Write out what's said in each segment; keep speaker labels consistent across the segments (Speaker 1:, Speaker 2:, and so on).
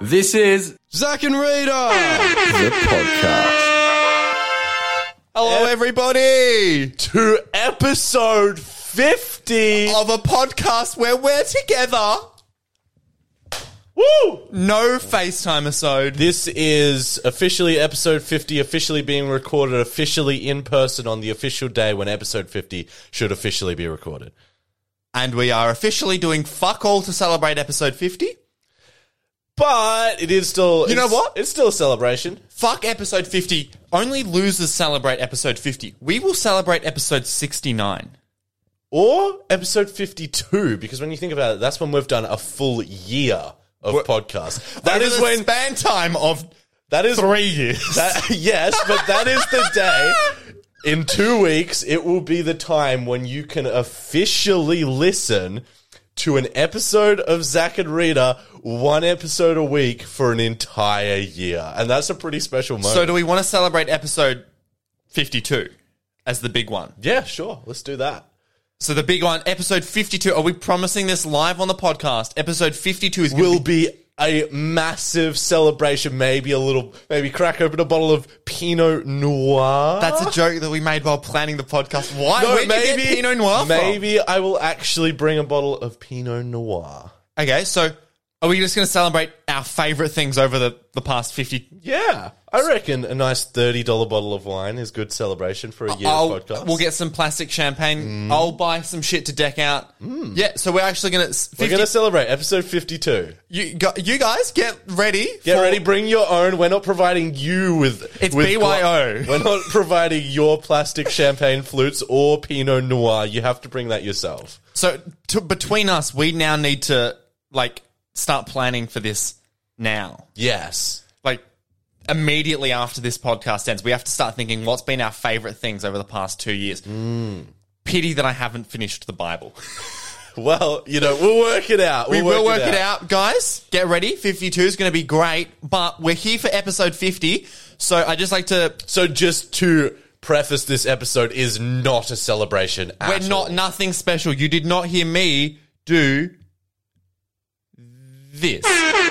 Speaker 1: This is
Speaker 2: Zach and Radar.
Speaker 1: the podcast.
Speaker 2: Hello, everybody.
Speaker 1: To episode 50.
Speaker 2: Of a podcast where we're together.
Speaker 1: Woo!
Speaker 2: No FaceTime episode.
Speaker 3: This is officially episode 50, officially being recorded, officially in person on the official day when episode 50 should officially be recorded.
Speaker 2: And we are officially doing fuck all to celebrate episode 50.
Speaker 3: But it is still.
Speaker 2: You know
Speaker 3: it's-
Speaker 2: what?
Speaker 3: It's still a celebration.
Speaker 2: Fuck episode 50. Only losers celebrate episode 50. We will celebrate episode 69.
Speaker 3: Or episode 52, because when you think about it, that's when we've done a full year of podcast. That
Speaker 2: Over
Speaker 3: is
Speaker 2: the
Speaker 3: when.
Speaker 2: span time of
Speaker 3: that is.
Speaker 2: three years.
Speaker 3: That, yes, but that is the day. In two weeks, it will be the time when you can officially listen to an episode of Zach and Rita, one episode a week for an entire year. And that's a pretty special moment.
Speaker 2: So, do we want to celebrate episode 52 as the big one?
Speaker 3: yeah, sure. Let's do that.
Speaker 2: So, the big one, episode 52. Are we promising this live on the podcast? Episode 52 is going
Speaker 3: Will
Speaker 2: to
Speaker 3: be a massive celebration, maybe a little, maybe crack open a bottle of Pinot Noir.
Speaker 2: That's a joke that we made while planning the podcast. Why?
Speaker 3: No,
Speaker 2: Where did you get Pinot Noir from?
Speaker 3: Maybe I will actually bring a bottle of Pinot Noir.
Speaker 2: Okay, so are we just going to celebrate our favorite things over the, the past 50?
Speaker 3: Yeah, I reckon a nice thirty dollar bottle of wine is good celebration for a year
Speaker 2: I'll-
Speaker 3: of podcast. Mm.
Speaker 2: we'll get some plastic champagne. I'll buy some shit to deck out. Yeah, so we're actually going
Speaker 3: We're going to
Speaker 2: to...
Speaker 3: celebrate episode fifty two.
Speaker 2: You, go- you guys get ready.
Speaker 3: Get
Speaker 2: for-
Speaker 3: ready, bring your own. We're not providing you with
Speaker 2: It's
Speaker 3: with
Speaker 2: BYO.
Speaker 3: gla- We're not providing your plastic champagne flutes or Pinot Noir. You have to bring that yourself.
Speaker 2: So to, between us, we now need to like start planning for this now.
Speaker 3: Yes,
Speaker 2: Like immediately after this podcast ends, we have to start thinking what's been our favorite things over the past two years. Hmm. Pity that I haven't finished the Bible.
Speaker 3: Well, you know, we'll work it out.
Speaker 2: We
Speaker 3: We'll
Speaker 2: will work it out, guys. Get ready. 52 is going to be great, but we're here for episode 50. So I just like to.
Speaker 3: So, just to preface, this episode is not a celebration. At
Speaker 2: We're not
Speaker 3: all.
Speaker 2: nothing special. You did not hear me do this.
Speaker 3: Never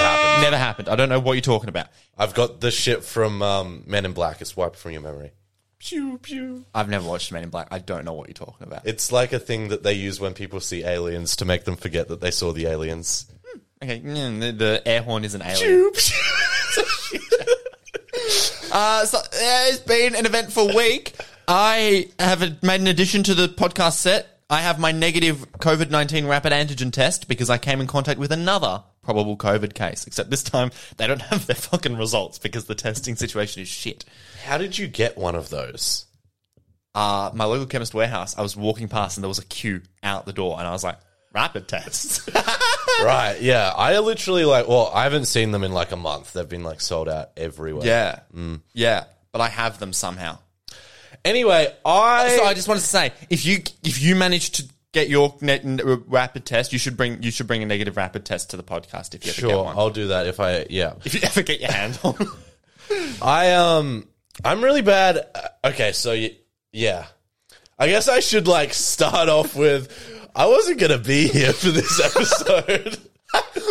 Speaker 3: happened.
Speaker 2: Never happened. I don't know what you're talking about.
Speaker 3: I've got the shit from um, Men in Black. It's wiped from your memory. Pew pew.
Speaker 2: I've never watched Men in Black. I don't know what you're talking about.
Speaker 3: It's like a thing that they use when people see aliens to make them forget that they saw the aliens.
Speaker 2: Okay, mm, the, the air horn is an alien.
Speaker 3: Pew pew.
Speaker 2: Uh, so, uh, it's been an eventful week. I have a- made an addition to the podcast set. I have my negative COVID 19 rapid antigen test because I came in contact with another probable COVID case, except this time they don't have their fucking results because the testing situation is shit.
Speaker 3: How did you get one of those?
Speaker 2: Uh, my local chemist warehouse, I was walking past and there was a queue out the door, and I was like, rapid tests.
Speaker 3: Right, yeah. I literally like well, I haven't seen them in like a month. They've been like sold out everywhere.
Speaker 2: yeah. Yeah. But I have them somehow.
Speaker 3: Anyway, I
Speaker 2: So I just wanted to say, if you if you manage to get your net, n- uh, rapid test, you should bring you should bring a negative rapid test to the podcast if you ever get
Speaker 3: sure,
Speaker 2: one.
Speaker 3: I'll do that if I yeah.
Speaker 2: if you ever get your hand on,
Speaker 3: I um I'm really bad. uh, Okay, so y- yeah. I guess I should like start off with I wasn't going to be here for this episode.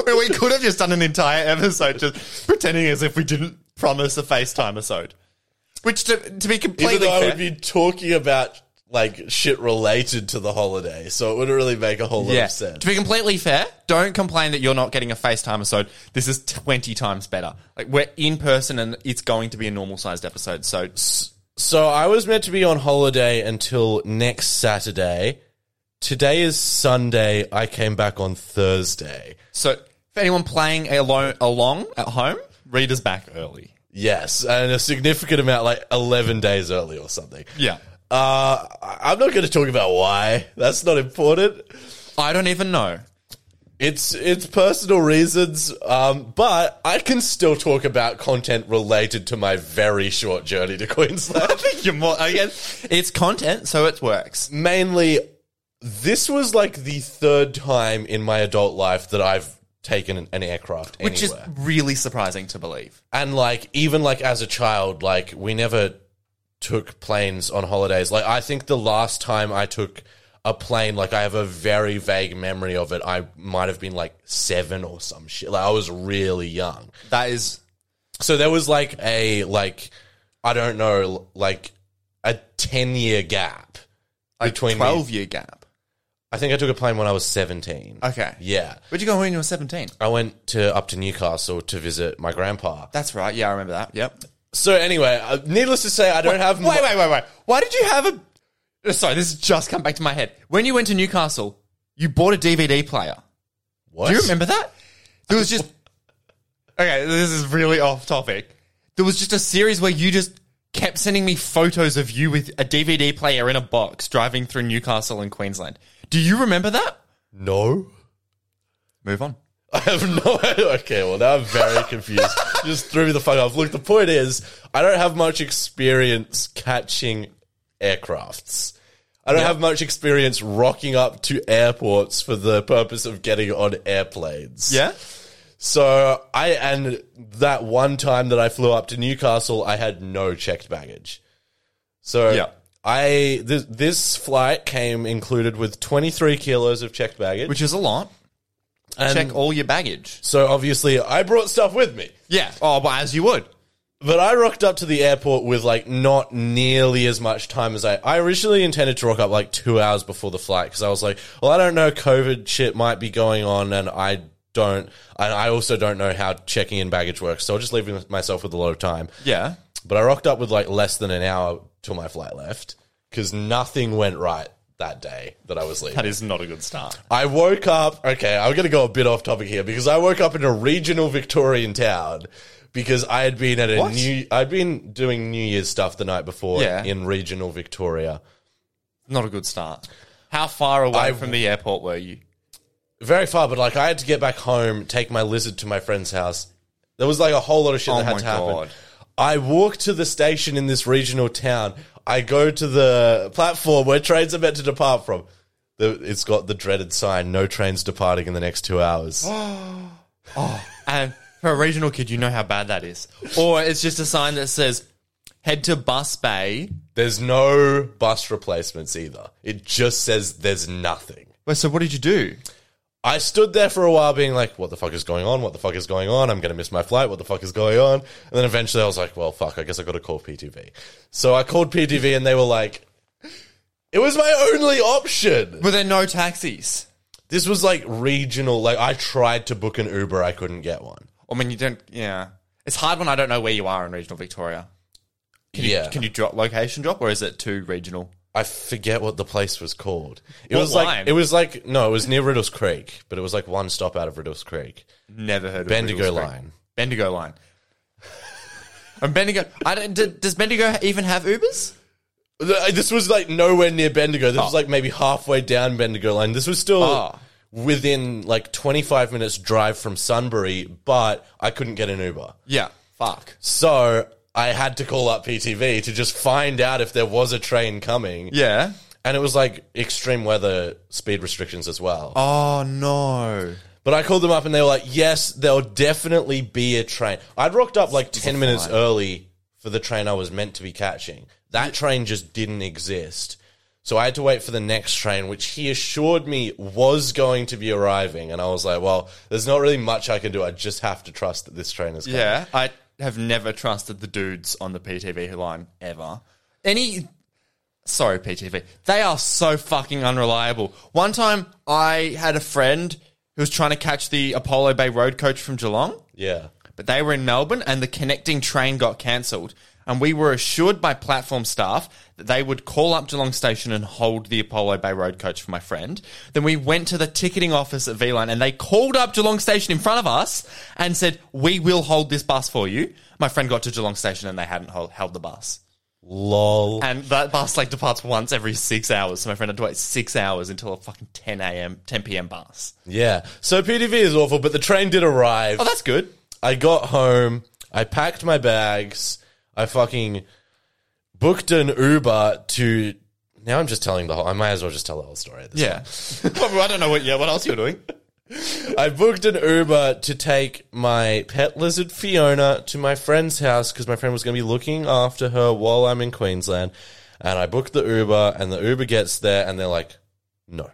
Speaker 2: we could have just done an entire episode just pretending as if we didn't promise a FaceTime episode. Which to, to be
Speaker 3: Even
Speaker 2: completely
Speaker 3: though I
Speaker 2: fair,
Speaker 3: would be talking about like shit related to the holiday, so it wouldn't really make a whole lot
Speaker 2: yeah,
Speaker 3: of sense.
Speaker 2: to be completely fair, don't complain that you're not getting a FaceTime episode. This is twenty times better. Like we're in person and it's going to be a normal sized episode. So
Speaker 3: So I was meant to be on holiday until next Saturday. Today is Sunday. I came back on Thursday.
Speaker 2: so if anyone playing alone along at home, read us back early.
Speaker 3: Yes, and a significant amount, like 11 days early or something.
Speaker 2: Yeah.
Speaker 3: Uh, I- I'm not going to talk about why. That's not important.
Speaker 2: I don't even know.
Speaker 3: It's it's personal reasons, um, but I can still talk about content related to my very short journey to Queensland.
Speaker 2: You're more, I guess it's content, so it works.
Speaker 3: Mainly, this was like the third time in my adult life that I've taken an, an aircraft
Speaker 2: Which is
Speaker 3: anywhere.
Speaker 2: really surprising to believe.
Speaker 3: and like even like as a child like we never took planes on holidays like i think the last time i took a plane. Like I have a very vague memory of it. I might have been like seven or some shit. Like I was really young.
Speaker 2: That is
Speaker 3: So there was like a like I don't know like a ten year gap between me.
Speaker 2: twelve year gap.
Speaker 3: I think I took a plane when I was seventeen.
Speaker 2: Okay.
Speaker 3: Yeah.
Speaker 2: Where'd you go when you were seventeen?
Speaker 3: I went to up to Newcastle to visit my grandpa.
Speaker 2: That's right. Yeah, I remember that. Yep.
Speaker 3: So anyway, uh, needless to say, I don't have. mu-
Speaker 2: Wait, wait, wait, wait. Why did you have a? Uh, Sorry, this has just come back to my head. When you went to Newcastle, you bought a DVD player.
Speaker 3: What?
Speaker 2: Do you remember that? There was just. Okay, this is really off topic. There was just a series where you just kept sending me photos of you with a DVD player in a box driving through Newcastle and Queensland. Do you remember that?
Speaker 3: No.
Speaker 2: Move on.
Speaker 3: I have no idea. Okay, well, now I'm very confused. Just threw me the fuck off. Look, the point is, I don't have much experience catching aircrafts. I don't have much experience rocking up to airports for the purpose of getting on airplanes.
Speaker 2: Yeah?
Speaker 3: So I and that one time that I flew up to Newcastle, I had no checked baggage. So
Speaker 2: Yeah.
Speaker 3: I this this flight came included with 23 kilos of checked baggage.
Speaker 2: Which is a lot.
Speaker 3: and
Speaker 2: Check all your baggage.
Speaker 3: so obviously I brought stuff with me.
Speaker 2: Yeah. Oh, but as you would.
Speaker 3: But I rocked up to the airport with like not nearly as much time as I. I originally intended to rock up like two hours before the flight because I was like, well, I don't know, COVID shit might be going on, and I don't, and I also don't know how checking in baggage works, so I'll just leave myself with a lot of time.
Speaker 2: Yeah.
Speaker 3: But I rocked up with like less than an hour till my flight left because nothing went right that day that I was leaving.
Speaker 2: is not a good start.
Speaker 3: I woke up. Okay, I'm going to go a bit off topic here because I woke up in a regional Victorian town because I had been at a
Speaker 2: What?
Speaker 3: new. I'd been doing New Year's stuff the night before
Speaker 2: Yeah.
Speaker 3: in regional Victoria.
Speaker 2: Not a good start. How far away
Speaker 3: I-
Speaker 2: from the airport were you?
Speaker 3: Very far, but like I had to get back home, take my lizard to my friend's house. There was like a whole lot of shit
Speaker 2: Oh
Speaker 3: that had
Speaker 2: my
Speaker 3: to happen.
Speaker 2: God.
Speaker 3: I walk to the station in this regional town. I go to the platform where trains are meant to depart from. The, it's got the dreaded sign: "No trains departing in the next two hours."
Speaker 2: And for a regional kid, you know how bad that is. Or it's just a sign that says, head to bus bay.
Speaker 3: There's no bus replacements either. It just says there's nothing.
Speaker 2: Well, so what did you do?
Speaker 3: I stood there for a while being like, what the fuck is going on? What the fuck is going on? I'm going to miss my flight. What the fuck is going on? And then eventually I was like, well, fuck, I guess I got to call PTV. So I called PTV and they were like, it was my only option.
Speaker 2: Were there no taxis?
Speaker 3: This was like regional. Like I tried to book an Uber. I couldn't get one.
Speaker 2: I mean, you don't, yeah. It's hard when I don't know where you are in regional Victoria. Can you,
Speaker 3: yeah.
Speaker 2: Can you drop location drop or is it too regional?
Speaker 3: I forget what the place was called. It
Speaker 2: What
Speaker 3: was
Speaker 2: line?
Speaker 3: like, it was like, no, it was near Riddles Creek, but it was like one stop out of Riddles Creek.
Speaker 2: Never heard of
Speaker 3: Bendigo
Speaker 2: Riddles Creek.
Speaker 3: line.
Speaker 2: Bendigo line. and Bendigo, I don't, d- does Bendigo even have Ubers?
Speaker 3: Th- uh, This was like nowhere near Bendigo. This
Speaker 2: Oh.
Speaker 3: was like maybe halfway down Bendigo line. This was still
Speaker 2: Oh.
Speaker 3: within like 25 minutes drive from Sunbury, but I couldn't get an Uber.
Speaker 2: Yeah. Fuck.
Speaker 3: So I had to call up PTV to just find out if there was a train coming.
Speaker 2: Yeah.
Speaker 3: And it was like extreme weather speed restrictions as well.
Speaker 2: Oh, no.
Speaker 3: But I called them up and they were like, yes, there'll definitely be a train. I'd rocked up like 10 minutes early for the train I was meant to be catching. That train just didn't exist. So I had to wait for the next train, which he assured me was going to be arriving. And I was like, well, there's not really much I can do. I just have to trust that this train is coming.
Speaker 2: Yeah, I have never trusted the dudes on the PTV line ever. Any, sorry, PTV, they are so fucking unreliable. One time, I had a friend who was trying to catch the Apollo Bay Road coach from Geelong,
Speaker 3: Yeah.
Speaker 2: but they were in Melbourne and the connecting train got cancelled. And we were assured by platform staff that they would call up Geelong Station and hold the Apollo Bay Road coach for my friend. Then we went to the ticketing office at V Line and they called up Geelong Station in front of us and said, We will hold this bus for you. My friend got to Geelong Station and they hadn't held, held the bus.
Speaker 3: Lol.
Speaker 2: And that bus like departs once every six hours. So my friend had to wait six hours until a fucking 10 a.m., 10 p.m. bus.
Speaker 3: Yeah. So PTV is awful, but the train did arrive.
Speaker 2: Oh, that's good.
Speaker 3: I got home. I packed my bags. I fucking booked an Uber to. Now I'm just telling the whole. I might as well just tell the whole story. At this
Speaker 2: Yeah. I don't know what, yeah, what else you're doing.
Speaker 3: I booked an Uber to take my pet lizard Fiona to my friend's house because my friend was going to be looking after her while I'm in Queensland. And I booked the Uber, and the Uber gets there, and they're like, No.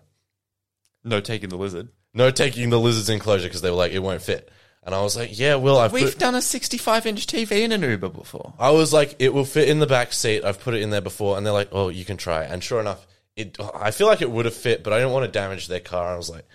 Speaker 2: No taking the lizard.
Speaker 3: No taking the lizard's enclosure because they were like, it won't fit. And I was like, yeah, well, I've
Speaker 2: We've
Speaker 3: put-
Speaker 2: done a 65 inch TV in an Uber before.
Speaker 3: I was like, it will fit in the back seat. I've put it in there before, and they're like, oh, you can try. And sure enough, it. I feel like it would have fit, but I didn't want to damage their car. I was like,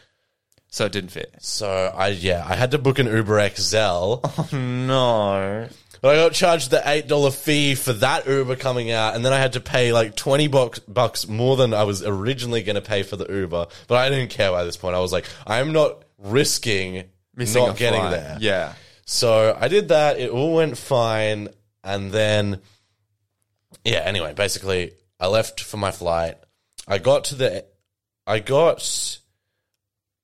Speaker 2: So it didn't fit.
Speaker 3: so I yeah, I had to book an Uber XL,
Speaker 2: No.
Speaker 3: but I got charged the eight dollar fee for that Uber coming out, and then I had to pay like twenty bucks bucks more than I was originally going to pay for the Uber. But I didn't care by this point. I was like, I'm not risking
Speaker 2: Missing
Speaker 3: not
Speaker 2: a
Speaker 3: getting
Speaker 2: flight.
Speaker 3: there.
Speaker 2: Yeah.
Speaker 3: So I did that. It all went fine. And then, yeah, anyway, basically, I left for my flight. I got to the, I got,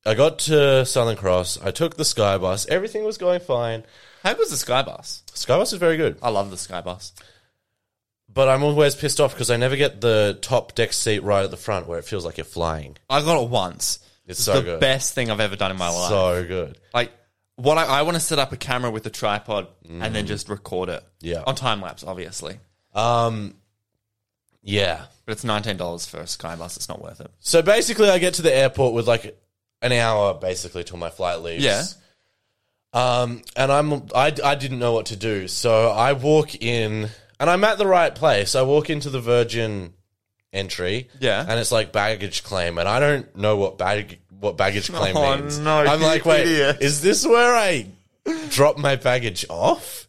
Speaker 3: I got to Southern Cross. I took the Sky Bus. Everything was going fine.
Speaker 2: How was the Sky Bus?
Speaker 3: Sky Bus is very good.
Speaker 2: I love the Sky Bus.
Speaker 3: But I'm always pissed off because I never get the top deck seat right at the front where it feels like you're flying.
Speaker 2: I got it once.
Speaker 3: It's so
Speaker 2: the
Speaker 3: good.
Speaker 2: best thing I've ever done in my life.
Speaker 3: So good.
Speaker 2: like what I, I want to set up a camera with a tripod and then just record it.
Speaker 3: Mm. Yeah.
Speaker 2: On time lapse, obviously.
Speaker 3: Um, yeah.
Speaker 2: But it's nineteen dollars for a sky bus, it's not worth it.
Speaker 3: So basically, I get to the airport with like an hour basically till my flight leaves.
Speaker 2: Yeah.
Speaker 3: Um, and I'm I, I didn't know what to do, so I walk in and I'm at the right place. I walk into the Virgin entry,
Speaker 2: Yeah.
Speaker 3: and it's like baggage claim, and I don't know what bag what baggage claim
Speaker 2: Oh,
Speaker 3: means.
Speaker 2: no,
Speaker 3: I'm
Speaker 2: you
Speaker 3: like, wait,
Speaker 2: idiot.
Speaker 3: is this where I drop my baggage off?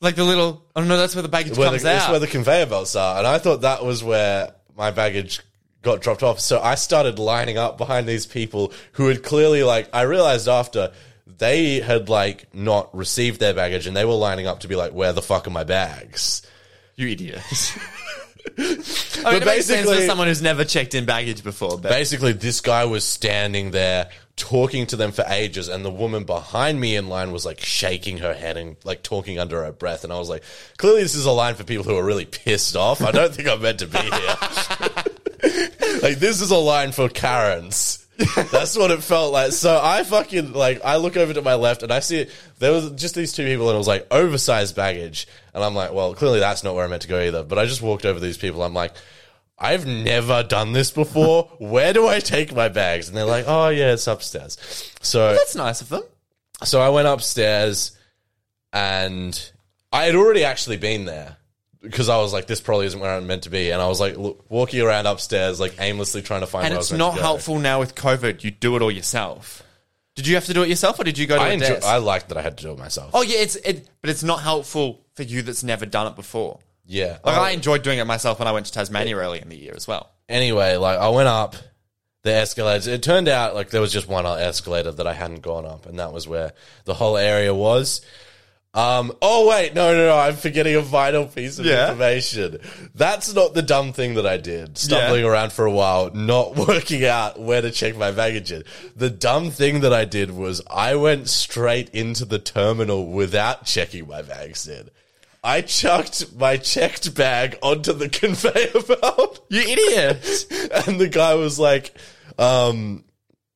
Speaker 2: Like the little oh no, that's where the baggage
Speaker 3: Where the,
Speaker 2: comes
Speaker 3: it's
Speaker 2: out.
Speaker 3: where the conveyor belts are, and I thought that was where my baggage got dropped off. So I started lining up behind these people who had clearly like I realized after they had like not received their baggage and they were lining up to be like, where the fuck are my bags?
Speaker 2: you idiot. I mean,
Speaker 3: But
Speaker 2: it makes sense for
Speaker 3: basically-
Speaker 2: someone who's never checked in baggage before, but
Speaker 3: Basically, this guy was standing there talking to them for ages, and the woman behind me in line was like shaking her head and like talking under her breath. And I was like, clearly, this is a line for people who are really pissed off. I don't think I'm meant to be here. like, this is a line for Karens. That's what it felt like. So I fucking like I look over to my left and I see there was just these two people and it was like oversized baggage and I'm like, well, clearly that's not where I'm meant to go either. But I just walked over these people. I'm like, I've never done this before. Where do I take my bags? And they're like, oh yeah, it's upstairs. So
Speaker 2: that's nice of them.
Speaker 3: so I went upstairs and I had already actually been there because I was like, this probably isn't where I'm meant to be. And I was like, look, walking around upstairs, like aimlessly trying to find
Speaker 2: And
Speaker 3: where I was
Speaker 2: it's
Speaker 3: meant
Speaker 2: not
Speaker 3: to go.
Speaker 2: helpful now with COVID. You do it all yourself. Did you have to do it yourself or did you go to
Speaker 3: I,
Speaker 2: a
Speaker 3: enjoy,
Speaker 2: desk?
Speaker 3: I liked that I had to do it myself.
Speaker 2: oh yeah, it's it but it's not helpful for you that's never done it before.
Speaker 3: yeah.
Speaker 2: Like
Speaker 3: Oh,
Speaker 2: I enjoyed doing it myself when I went to Tasmania early in the year as well.
Speaker 3: anyway, like I went up the escalators. It turned out like there was just one escalator that I hadn't gone up, and that was where the whole area was. Um, oh wait, no, no, no! I'm forgetting a vital piece of
Speaker 2: Yeah.
Speaker 3: information. That's not the dumb thing that I did. Stumbling around for a while, not working out where to check my baggage in. The dumb thing that I did was I went straight into the terminal without checking my bags in. I chucked my checked bag onto the conveyor belt.
Speaker 2: You idiot.
Speaker 3: and the guy was like, um,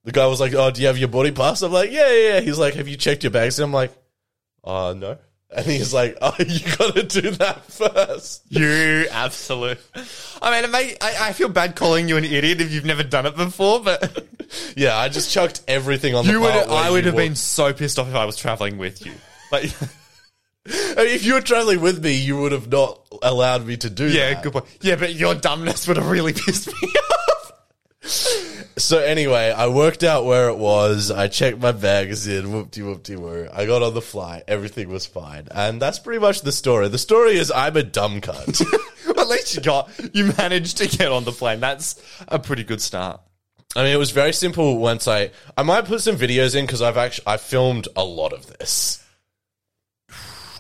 Speaker 3: the guy was like, "Oh, do you have your body pass?" I'm like, "Yeah, yeah." yeah." He's like, "Have you checked your bags?" And I'm like, "Uh, no." And he's like, "Oh, you gotta do that first.
Speaker 2: You absolute. I mean, it may, I, I feel bad calling you an idiot if you've never done it before, but
Speaker 3: Yeah, I just chucked everything on
Speaker 2: you
Speaker 3: the
Speaker 2: would.
Speaker 3: part where
Speaker 2: I would
Speaker 3: you
Speaker 2: have been
Speaker 3: walked-
Speaker 2: so pissed off if I was traveling with you. Like,
Speaker 3: I mean, if you were traveling with me, you would have not allowed me to do that.
Speaker 2: yeah, good point. Yeah, but your dumbness would have really pissed me off.
Speaker 3: So anyway, I worked out where it was. I checked my bags in. Whoopty whoopty woo. I got on the flight. Everything was fine, and that's pretty much the story. The story is I'm a dumb cunt.
Speaker 2: Well, At least you got. You managed to get on the plane. That's a pretty good start.
Speaker 3: I mean, it was very simple once I. I might put some videos in because I've actually I filmed a lot of this.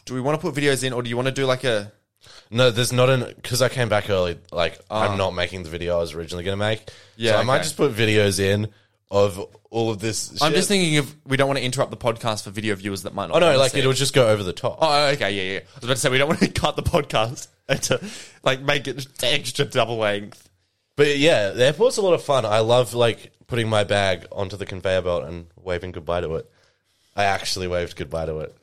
Speaker 2: Do we want to put videos in, or do you want to do like a?
Speaker 3: No, there's not an because I came back early. Like I'm not making the video I was originally going to make.
Speaker 2: Ah. Yeah,
Speaker 3: so I might
Speaker 2: okay.
Speaker 3: just put videos in of all of this. Shit.
Speaker 2: I'm just thinking if we don't want to interrupt the podcast for video viewers that might not.
Speaker 3: Oh no,
Speaker 2: wanna
Speaker 3: like
Speaker 2: see it.
Speaker 3: it'll just go over the top.
Speaker 2: Oh, okay, yeah, yeah. I was about to say we don't want to cut the podcast to like make it extra double length.
Speaker 3: But yeah, the airport's a lot of fun. I love like putting my bag onto the conveyor belt and waving goodbye to it. I actually waved goodbye to it.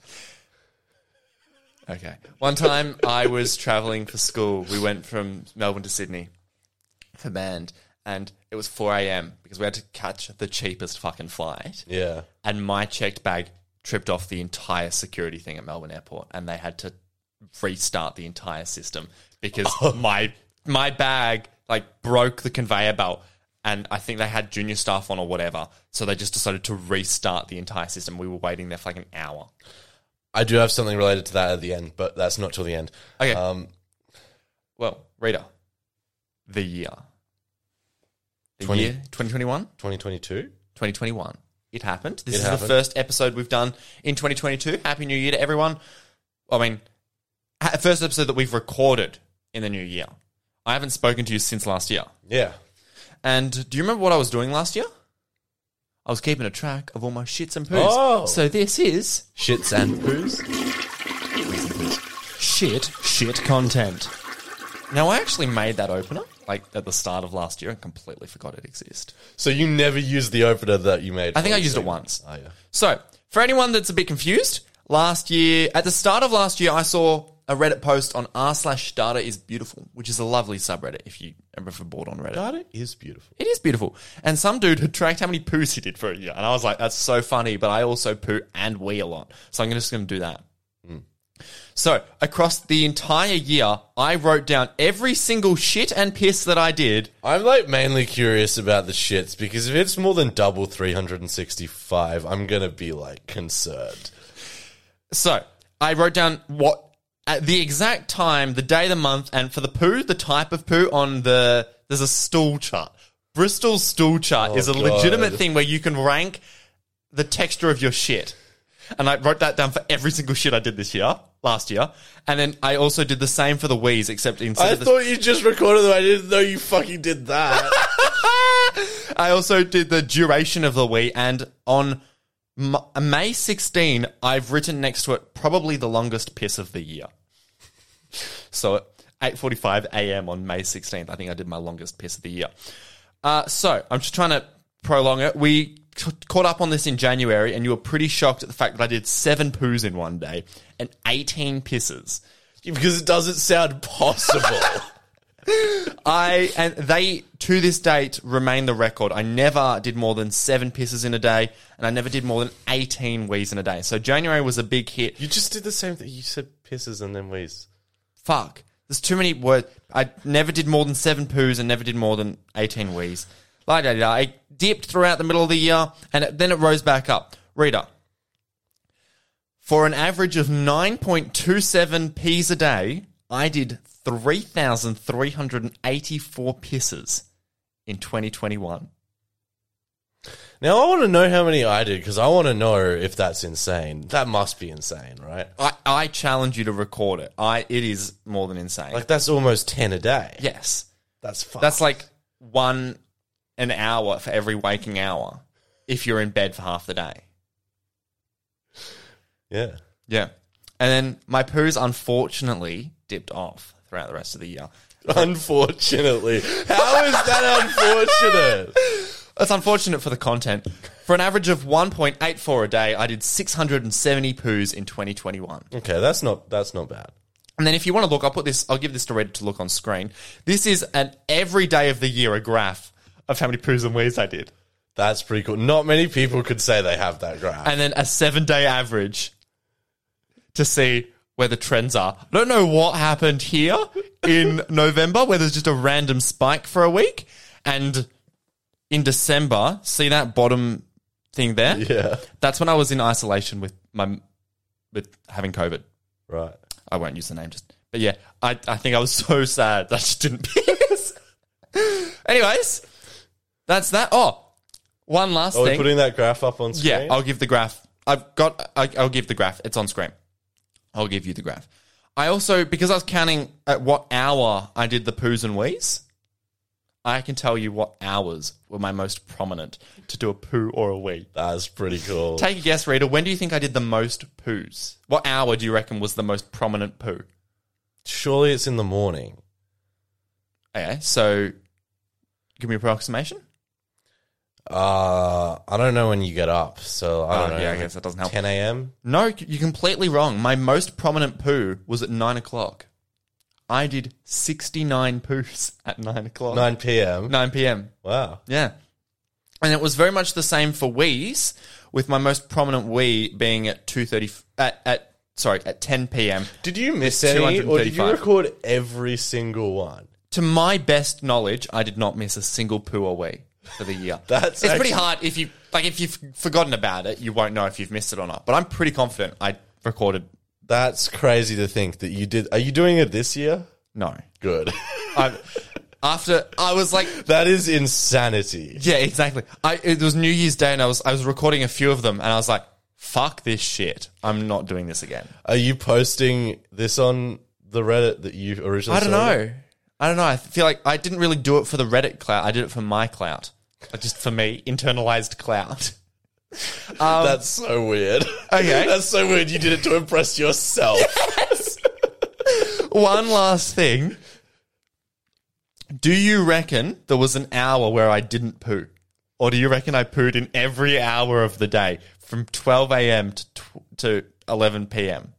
Speaker 2: Okay. One time I was traveling for school. We went from Melbourne to Sydney for band. and it was 4 a.m. because we had to catch the cheapest fucking flight.
Speaker 3: Yeah.
Speaker 2: And my checked bag tripped off the entire security thing at Melbourne Airport, and they had to restart the entire system because my my bag like broke the conveyor belt. And I think they had junior staff on or whatever, so they just decided to restart the entire system. We were waiting there for like an hour.
Speaker 3: I do have something related to that at the end, but that's not till the end.
Speaker 2: Okay.
Speaker 3: Um,
Speaker 2: Well, Rita, the year. The
Speaker 3: 20
Speaker 2: year 2021?
Speaker 3: 2022?
Speaker 2: 2021. It happened. This
Speaker 3: It
Speaker 2: is the
Speaker 3: happened.
Speaker 2: first episode we've done in 2022. Happy New Year to everyone. I mean, ha- first episode that we've recorded in the new year. I haven't spoken to you since last year.
Speaker 3: Yeah.
Speaker 2: And do you remember what I was doing last year? I was keeping a track of all my shits and poos.
Speaker 3: Oh.
Speaker 2: So this is
Speaker 3: Shits and poos?
Speaker 2: shit, shit content. Now, I actually made that opener like at the start of last year and completely forgot it exists.
Speaker 3: So you never used the opener that you made?
Speaker 2: I think I used it once.
Speaker 3: Oh, yeah.
Speaker 2: So, for anyone that's a bit confused, last year, at the start of last year, I saw a Reddit post on r slash data is beautiful, which is a lovely subreddit if you ever if you're bored on Reddit.
Speaker 3: Data is beautiful.
Speaker 2: It is beautiful. And some dude had tracked how many poos he did for a year. And I was like, that's so funny, but I also poo and wee a lot. So I'm just going to do that. So across the entire year, I wrote down every single shit and piss that I did.
Speaker 3: I'm like mainly curious about the shits because if it's more than double 365, I'm going to be like concerned.
Speaker 2: So I wrote down what at the exact time, the day, the month, and for the poo, the type of poo on the there's a stool chart. Bristol's stool chart is a
Speaker 3: Oh, God.
Speaker 2: legitimate thing where you can rank the texture of your shit. And I wrote that down for every single shit I did this year, last year. And then I also did the same for the wheeze, except instead
Speaker 3: I
Speaker 2: of the
Speaker 3: thought you just recorded them. I didn't know you fucking did that.
Speaker 2: I also did the duration of the wee, and on M- uh, May 16, I've written next to it probably the longest piss of the year. So at 8:45 a.m. on May 16th, I think I did my longest piss of the year. Uh, so I'm just trying to prolong it. We c- caught up on this in January, and you were pretty shocked at the fact that I did seven poos in one day and 18 pisses.
Speaker 3: because it doesn't sound possible.
Speaker 2: I and they to this date remain the record. I never did more than seven pisses in a day, and I never did more than eighteen wees in a day. So January was a big hit.
Speaker 3: you just did the same thing. You said pisses and then wheeze.
Speaker 2: Fuck, there's too many words. I never did more than seven poos, and never did more than eighteen wees. Like da, da, da. I dipped throughout the middle of the year, and it, then it rose back up. Reader, for an average of nine point two seven p's a day, I did three thousand three hundred and eighty four pisses in twenty twenty one.
Speaker 3: Now I want to know how many I did because I want to know if that's insane. That must be insane, right?
Speaker 2: I, I challenge you to record it. I it is more than insane.
Speaker 3: Like that's almost ten a day.
Speaker 2: yes,
Speaker 3: that's fucked.
Speaker 2: that's like one an hour for every waking hour if you're in bed for half the day.
Speaker 3: yeah.
Speaker 2: Yeah, and then my poos unfortunately dipped off throughout the rest of the year.
Speaker 3: Unfortunately, how is that unfortunate?
Speaker 2: That's unfortunate for the content. For an average of 1.84 a day, I did 670 poos in 2021.
Speaker 3: Okay, that's not that's not bad.
Speaker 2: And then if you want to look, I'll put this, I'll give this to Reddit to look on screen. This is an every day of the year a graph of how many poos and wees I did.
Speaker 3: That's pretty cool. Not many people could say they have that graph.
Speaker 2: and then a seven day average to see where the trends are. I don't know what happened here in November, where there's just a random spike for a week, and in December, see that bottom thing there?
Speaker 3: yeah,
Speaker 2: That's when I was in isolation with my with having COVID.
Speaker 3: right.
Speaker 2: I won't use the name just but yeah, I, I think I was so sad that I just didn't piss. Anyways, that's that. Oh, one last
Speaker 3: Are Oh, we
Speaker 2: thing.
Speaker 3: putting that graph up on
Speaker 2: Yeah,
Speaker 3: screen?
Speaker 2: I'll give the graph. I've got. I, I'll give the graph. It's on screen. I'll give you the graph. I also because I was counting at what hour I did the poos and wees. I can tell you what hours were my most prominent to do a poo or a wee.
Speaker 3: that's pretty cool.
Speaker 2: Take a guess, reader. When do you think I did the most poos? What hour do you reckon was the most prominent poo?
Speaker 3: Surely it's in the morning.
Speaker 2: Okay, so give me an approximation.
Speaker 3: Uh, I don't know when you get up, so I
Speaker 2: Oh,
Speaker 3: don't know.
Speaker 2: yeah, I guess that doesn't help.
Speaker 3: 10 a.m.
Speaker 2: No, you're completely wrong. My most prominent poo was at nine o'clock. I did 69 poofs at 9 o'clock.
Speaker 3: 9 p.m.
Speaker 2: 9 p.m.
Speaker 3: Wow.
Speaker 2: Yeah. And it was very much the same for wees, with my most prominent wee being at 2.30, at, at, sorry, at 10 p.m.
Speaker 3: Did you miss any, or did you
Speaker 2: 235.
Speaker 3: record every single one?
Speaker 2: To my best knowledge, I did not miss a single poo or wee for the year.
Speaker 3: That's
Speaker 2: it's
Speaker 3: actually-
Speaker 2: pretty hard if you, like, if you've forgotten about it, you won't know if you've missed it or not. But I'm pretty confident I recorded
Speaker 3: That's crazy to think that you did. Are you doing it this year?
Speaker 2: no.
Speaker 3: Good.
Speaker 2: I, after, I was like,
Speaker 3: that is insanity.
Speaker 2: Yeah, exactly. I it was New Year's Day and I was I was recording a few of them and I was like, fuck this shit. I'm not doing this again.
Speaker 3: Are you posting this on the Reddit that you originally?
Speaker 2: I don't
Speaker 3: started?
Speaker 2: know. I don't know. I feel like I didn't really do it for the Reddit clout. I did it for my clout. Uh, Just for me, internalized clout. Um,
Speaker 3: That's so weird.
Speaker 2: Okay.
Speaker 3: That's so weird. You did it to impress yourself.
Speaker 2: One last thing. Do you reckon there was an hour where I didn't poo? Or do you reckon I pooed in every hour of the day from 12 a.m. to, tw- to 11 p.m.?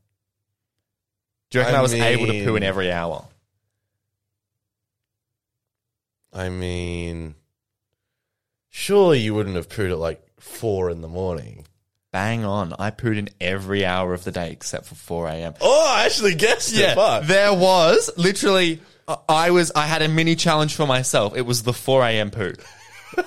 Speaker 2: Do you reckon
Speaker 3: I
Speaker 2: I, was able to poo
Speaker 3: mean-
Speaker 2: in every hour?
Speaker 3: I mean, surely you wouldn't have pooed at like four in the morning.
Speaker 2: Bang on. I pooed in every hour of the day except for 4 a.m.
Speaker 3: Oh, I actually guessed it. Fuck.
Speaker 2: There was literally, I- I was, I had a mini challenge for myself. It was the 4 a.m. poo.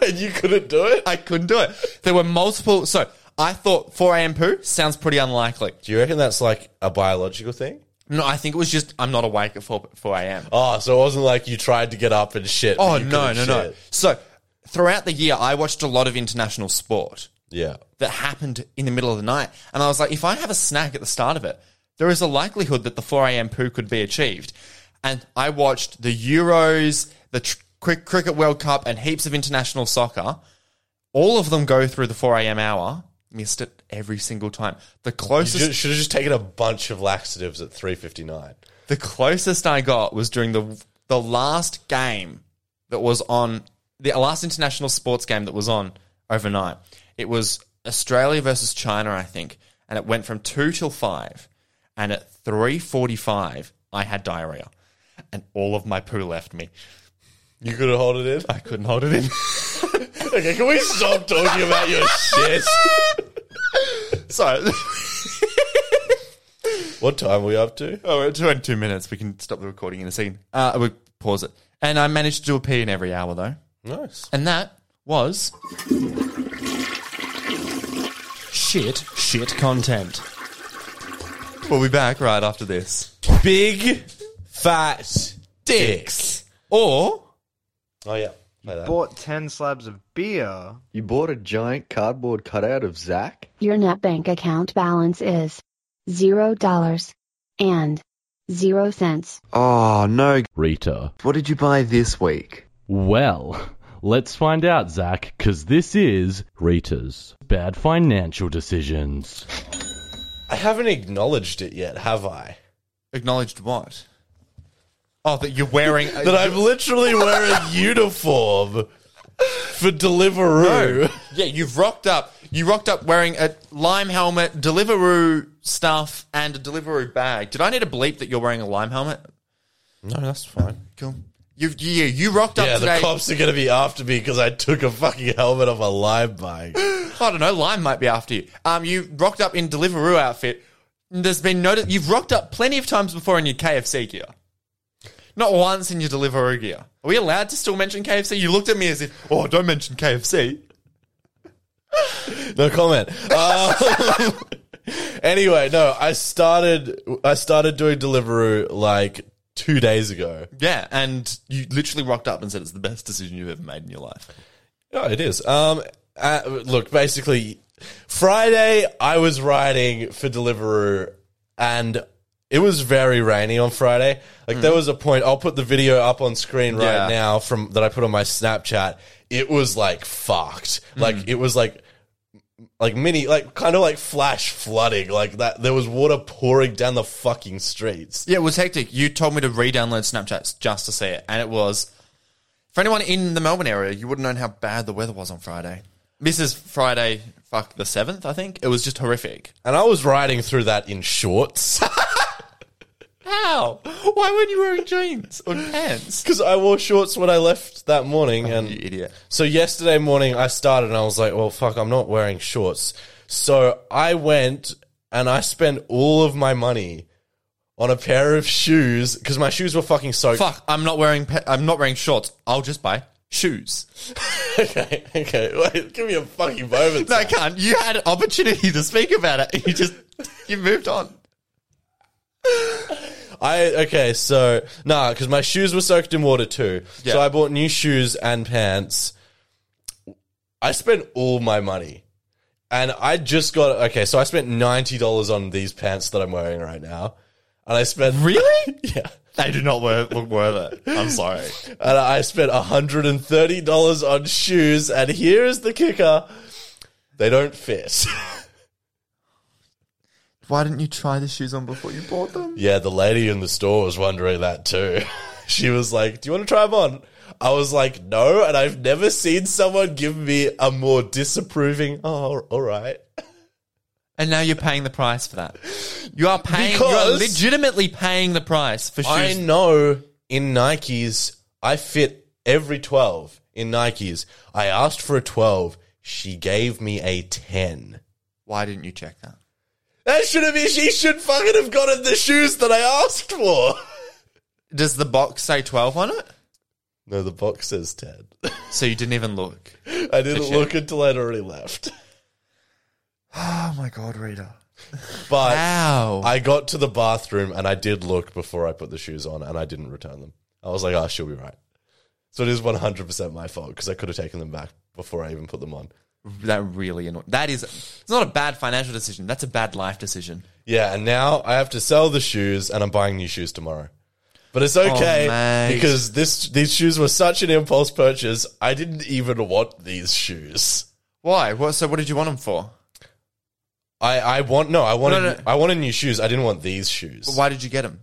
Speaker 3: and you couldn't do it.
Speaker 2: I couldn't do it. There were multiple, so I thought 4 a.m. poo sounds pretty unlikely.
Speaker 3: Do you reckon that's like a biological thing?
Speaker 2: No, I think it was just, I'm not awake at 4, 4 a.m.
Speaker 3: Oh, so it wasn't like you tried to get up and shit. but
Speaker 2: Oh,
Speaker 3: you
Speaker 2: no, no,
Speaker 3: couldn't
Speaker 2: no.
Speaker 3: shit.
Speaker 2: So throughout the year, I watched a lot of international sport.
Speaker 3: Yeah.
Speaker 2: that happened in the middle of the night. And I was like, if I have a snack at the start of it, there is a likelihood that the 4 a.m. poo could be achieved. And I watched the Euros, the tr- Cric- Cricket World Cup, and heaps of international soccer. All of them go through the 4 a.m. hour. Missed it every single time. The
Speaker 3: You
Speaker 2: closest,
Speaker 3: ju- should have just taken a bunch of laxatives at 3.59.
Speaker 2: the closest I got was during the the last game that was on the last international sports game that was on overnight. It was Australia versus China, I think, and it went from two till five, and at three forty five I had diarrhea, and all of my poo left me.
Speaker 3: You could have held it in.
Speaker 2: I couldn't hold it in.
Speaker 3: Okay, can we stop talking about your shit?
Speaker 2: so
Speaker 3: What time are we up to?
Speaker 2: Oh, we're at 22 minutes. We can stop the recording in a second. Uh, we pause it. And I managed to do a pee in every hour though.
Speaker 3: Nice.
Speaker 2: And that was shit, shit content. We'll be back right after this.
Speaker 3: Big fat
Speaker 2: Dicks. Or
Speaker 3: Oh, yeah. Play that.
Speaker 4: bought 10 slabs of beer.
Speaker 5: You bought a giant cardboard cutout of Zack?
Speaker 6: Your net bank account balance is zero dollars and zero cents.
Speaker 5: Oh no,
Speaker 7: Rita.
Speaker 5: what did you buy this week?
Speaker 7: Well, let's find out, Zach, because this is Rita's Bad Financial Decisions.
Speaker 3: I haven't acknowledged it yet, have I?
Speaker 2: acknowledged what? Oh, that you're wearing.
Speaker 3: That I'm literally wearing uniform for Deliveroo.
Speaker 2: yeah, you've rocked up. You rocked up wearing a lime helmet, Deliveroo stuff, and a Deliveroo bag. Did I need to bleep that you're wearing a lime helmet?
Speaker 3: No, that's fine.
Speaker 2: Cool. You've, yeah, you rocked up
Speaker 3: Yeah,
Speaker 2: today.
Speaker 3: the cops are going to be after me because I took a fucking helmet off a live bike.
Speaker 2: I don't know. Lime might be after you. Um, you rocked up in Deliveroo outfit. There's been no. You've rocked up plenty of times before in your KFC gear. Not once in your Deliveroo gear. Are we allowed to still mention KFC? You looked at me as if, oh, don't mention KFC.
Speaker 3: No comment. Um, anyway, no, I started. I started doing Deliveroo like two days ago.
Speaker 2: Yeah, and you literally rocked up and said it's the best decision you've ever made in your life.
Speaker 3: No, it is. Um, uh, look, basically, Friday I was riding for Deliveroo, and it was very rainy on Friday. Like there was a point. I'll put the video up on screen right
Speaker 2: Mm-hmm. Yeah.
Speaker 3: now from that I put on my Snapchat. It was like fucked.
Speaker 2: Mm.
Speaker 3: Like it was like. Like mini, like kind of like flash flooding, like that. There was water pouring down the fucking streets.
Speaker 2: Yeah, it was hectic. You told me to re-download Snapchats just to see it, and it was. For anyone in the Melbourne area, you wouldn't know how bad the weather was on Friday. This is Friday, fuck the seventh, I think. It was just horrific.
Speaker 3: And I was riding through that in shorts.
Speaker 2: How? Why weren't you wearing jeans or pants?
Speaker 3: Because I wore shorts when I left that morning, and
Speaker 2: Oh, You idiot.
Speaker 3: so yesterday morning I started, and I was like, "Well, fuck, I'm not wearing shorts." So I went and I spent all of my money on a pair of shoes because my shoes were fucking soaked.
Speaker 2: Fuck, I'm not wearing pe- I'm not wearing shorts. I'll just buy shoes.
Speaker 3: okay, okay, wait, give me a fucking moment.
Speaker 2: No, I can't. You had an opportunity to speak about it. and You just you moved on.
Speaker 3: I okay, so nah, because my shoes were soaked in water too.
Speaker 2: Yeah.
Speaker 3: So I bought new shoes and pants. I spent all my money, and I just got okay. So I spent ninety dollars on these pants that I'm wearing right now, and I spent
Speaker 2: Really?
Speaker 3: yeah,
Speaker 2: They do not worth, look worth it. I'm sorry.
Speaker 3: and I spent hundred and thirty dollars on shoes. And here is the kicker: they don't fit.
Speaker 2: Why didn't you try the shoes on before you bought them?
Speaker 3: Yeah, the lady in the store was wondering that too. she was like, Do you want to try them on? I was like, No, and I've never seen someone give me a more disapproving, oh, all right.
Speaker 2: And now you're paying the price for that. You are paying. you are
Speaker 3: Because-
Speaker 2: legitimately paying the price for shoes.
Speaker 3: I know in Nikes, I fit every 12 in Nikes. I asked for a 12. She gave me a 10.
Speaker 2: Why didn't you check that?
Speaker 3: That should have been, she should fucking have gotten the shoes that I asked for.
Speaker 2: Does the box say 12 on it?
Speaker 3: No, the box says 10.
Speaker 2: So you didn't even look.
Speaker 3: I didn't look until I'd already left.
Speaker 2: Oh my god, Rita.
Speaker 3: But.
Speaker 2: Wow.
Speaker 3: I got to the bathroom and I did look before I put the shoes on and I didn't return them. I was like, oh, she'll be right. So it is 100% my fault because I could have taken them back before I even put them on.
Speaker 2: that really annoyed. That is, it's not a bad financial decision. That's a bad life decision.
Speaker 3: Yeah, and now I have to sell the shoes and I'm buying new shoes tomorrow. But it's okay
Speaker 2: Oh, mate.
Speaker 3: because this these shoes were such an impulse purchase. I didn't even want these shoes.
Speaker 2: Why? What, so what did you want them for?
Speaker 3: I, I want no, I wanted
Speaker 2: No, no.
Speaker 3: I wanted new shoes. I didn't want these shoes
Speaker 2: Why did you get them?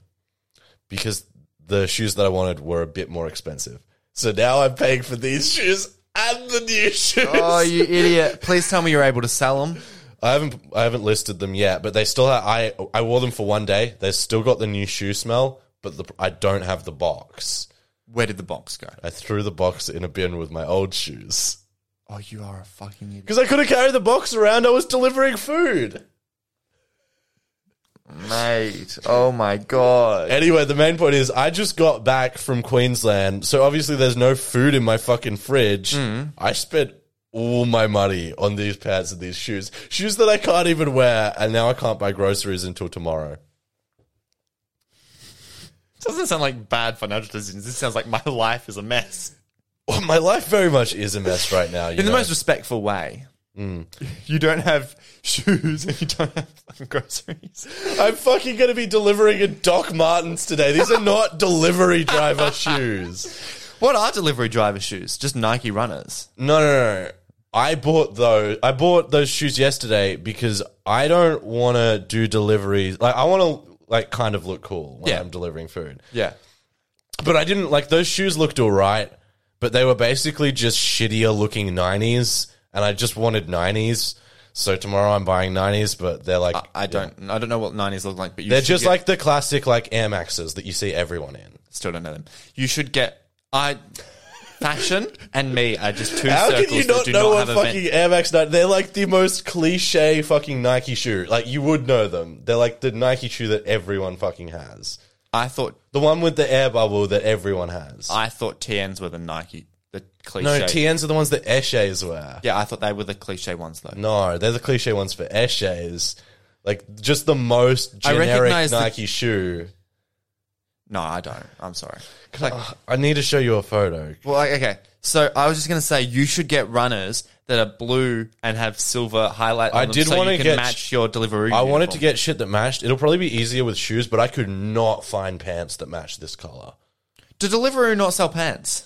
Speaker 3: because the shoes that I wanted were a bit more expensive. So now I'm paying for these shoes and the new shoes.
Speaker 2: Oh, you idiot. Please tell me you're able to sell them.
Speaker 3: I haven't I haven't listed them yet, but they still have, I I wore them for one day. They still got the new shoe smell, but the, I don't have the box.
Speaker 2: Where did the box go?
Speaker 3: I threw the box in a bin with my old shoes
Speaker 2: Oh, you are a fucking idiot.
Speaker 3: because I could have carried the box around. I was delivering food.
Speaker 2: Mate. Oh my god.
Speaker 3: Anyway, the main point is I just got back from Queensland, so obviously there's no food in my fucking fridge.
Speaker 2: Mm.
Speaker 3: I spent all my money on these pants and these shoes, shoes that I can't even wear, and now I can't buy groceries until tomorrow.
Speaker 2: doesn't sound like bad financial decisions. This sounds like my life is a mess.
Speaker 3: Well, my life very much is a mess right now. you
Speaker 2: in the
Speaker 3: know?
Speaker 2: most respectful way. Mm. You don't have shoes and you don't have fucking groceries.
Speaker 3: I'm fucking gonna be delivering at Doc Martens today. These are not delivery driver shoes.
Speaker 2: What are delivery driver shoes? Just Nike runners.
Speaker 3: No, no, no. I bought those. I bought those shoes yesterday because I don't want to do deliveries. Like I want to like kind of look cool when
Speaker 2: Yeah.
Speaker 3: I'm delivering food.
Speaker 2: Yeah.
Speaker 3: But I didn't like those shoes looked all right, but they were basically just shittier looking 90s and I just wanted 90s. So tomorrow I'm buying 90s, but they're like
Speaker 2: I don't. I don't know what nineties look like, but you
Speaker 3: they're
Speaker 2: should
Speaker 3: just
Speaker 2: get-
Speaker 3: like the classic like Air Maxes that you see everyone in.
Speaker 2: still don't know them. You should get I. Fashion and me are just two
Speaker 3: How
Speaker 2: circles
Speaker 3: can you
Speaker 2: that
Speaker 3: not
Speaker 2: do
Speaker 3: know
Speaker 2: not
Speaker 3: what
Speaker 2: have a
Speaker 3: fucking
Speaker 2: vent.
Speaker 3: Air Max 9? They're like the most cliche fucking Nike shoe. Like, you would know them. They're like the Nike shoe that everyone fucking has.
Speaker 2: I thought
Speaker 3: The one with the air bubble that everyone has.
Speaker 2: I thought TNs were the Nike the cliche.
Speaker 3: no, TNs are the ones that Eshays wear.
Speaker 2: yeah, I thought they were the cliche ones though.
Speaker 3: No, they're the cliche ones for Eshays. Like, just the most
Speaker 2: I
Speaker 3: generic
Speaker 2: recognize the-
Speaker 3: Nike shoe.
Speaker 2: No, I don't. I'm sorry. Like,
Speaker 3: I need to show you a photo.
Speaker 2: well, like, okay. So I was just gonna say you should get runners that are blue and have silver highlight. On
Speaker 3: I
Speaker 2: them
Speaker 3: did
Speaker 2: so
Speaker 3: wanna
Speaker 2: you can
Speaker 3: get-
Speaker 2: match your delivery.
Speaker 3: I wanted to get shit that matched. It'll probably be easier with shoes, but I could not find pants that match this color.
Speaker 2: Do Deliveroo not sell pants?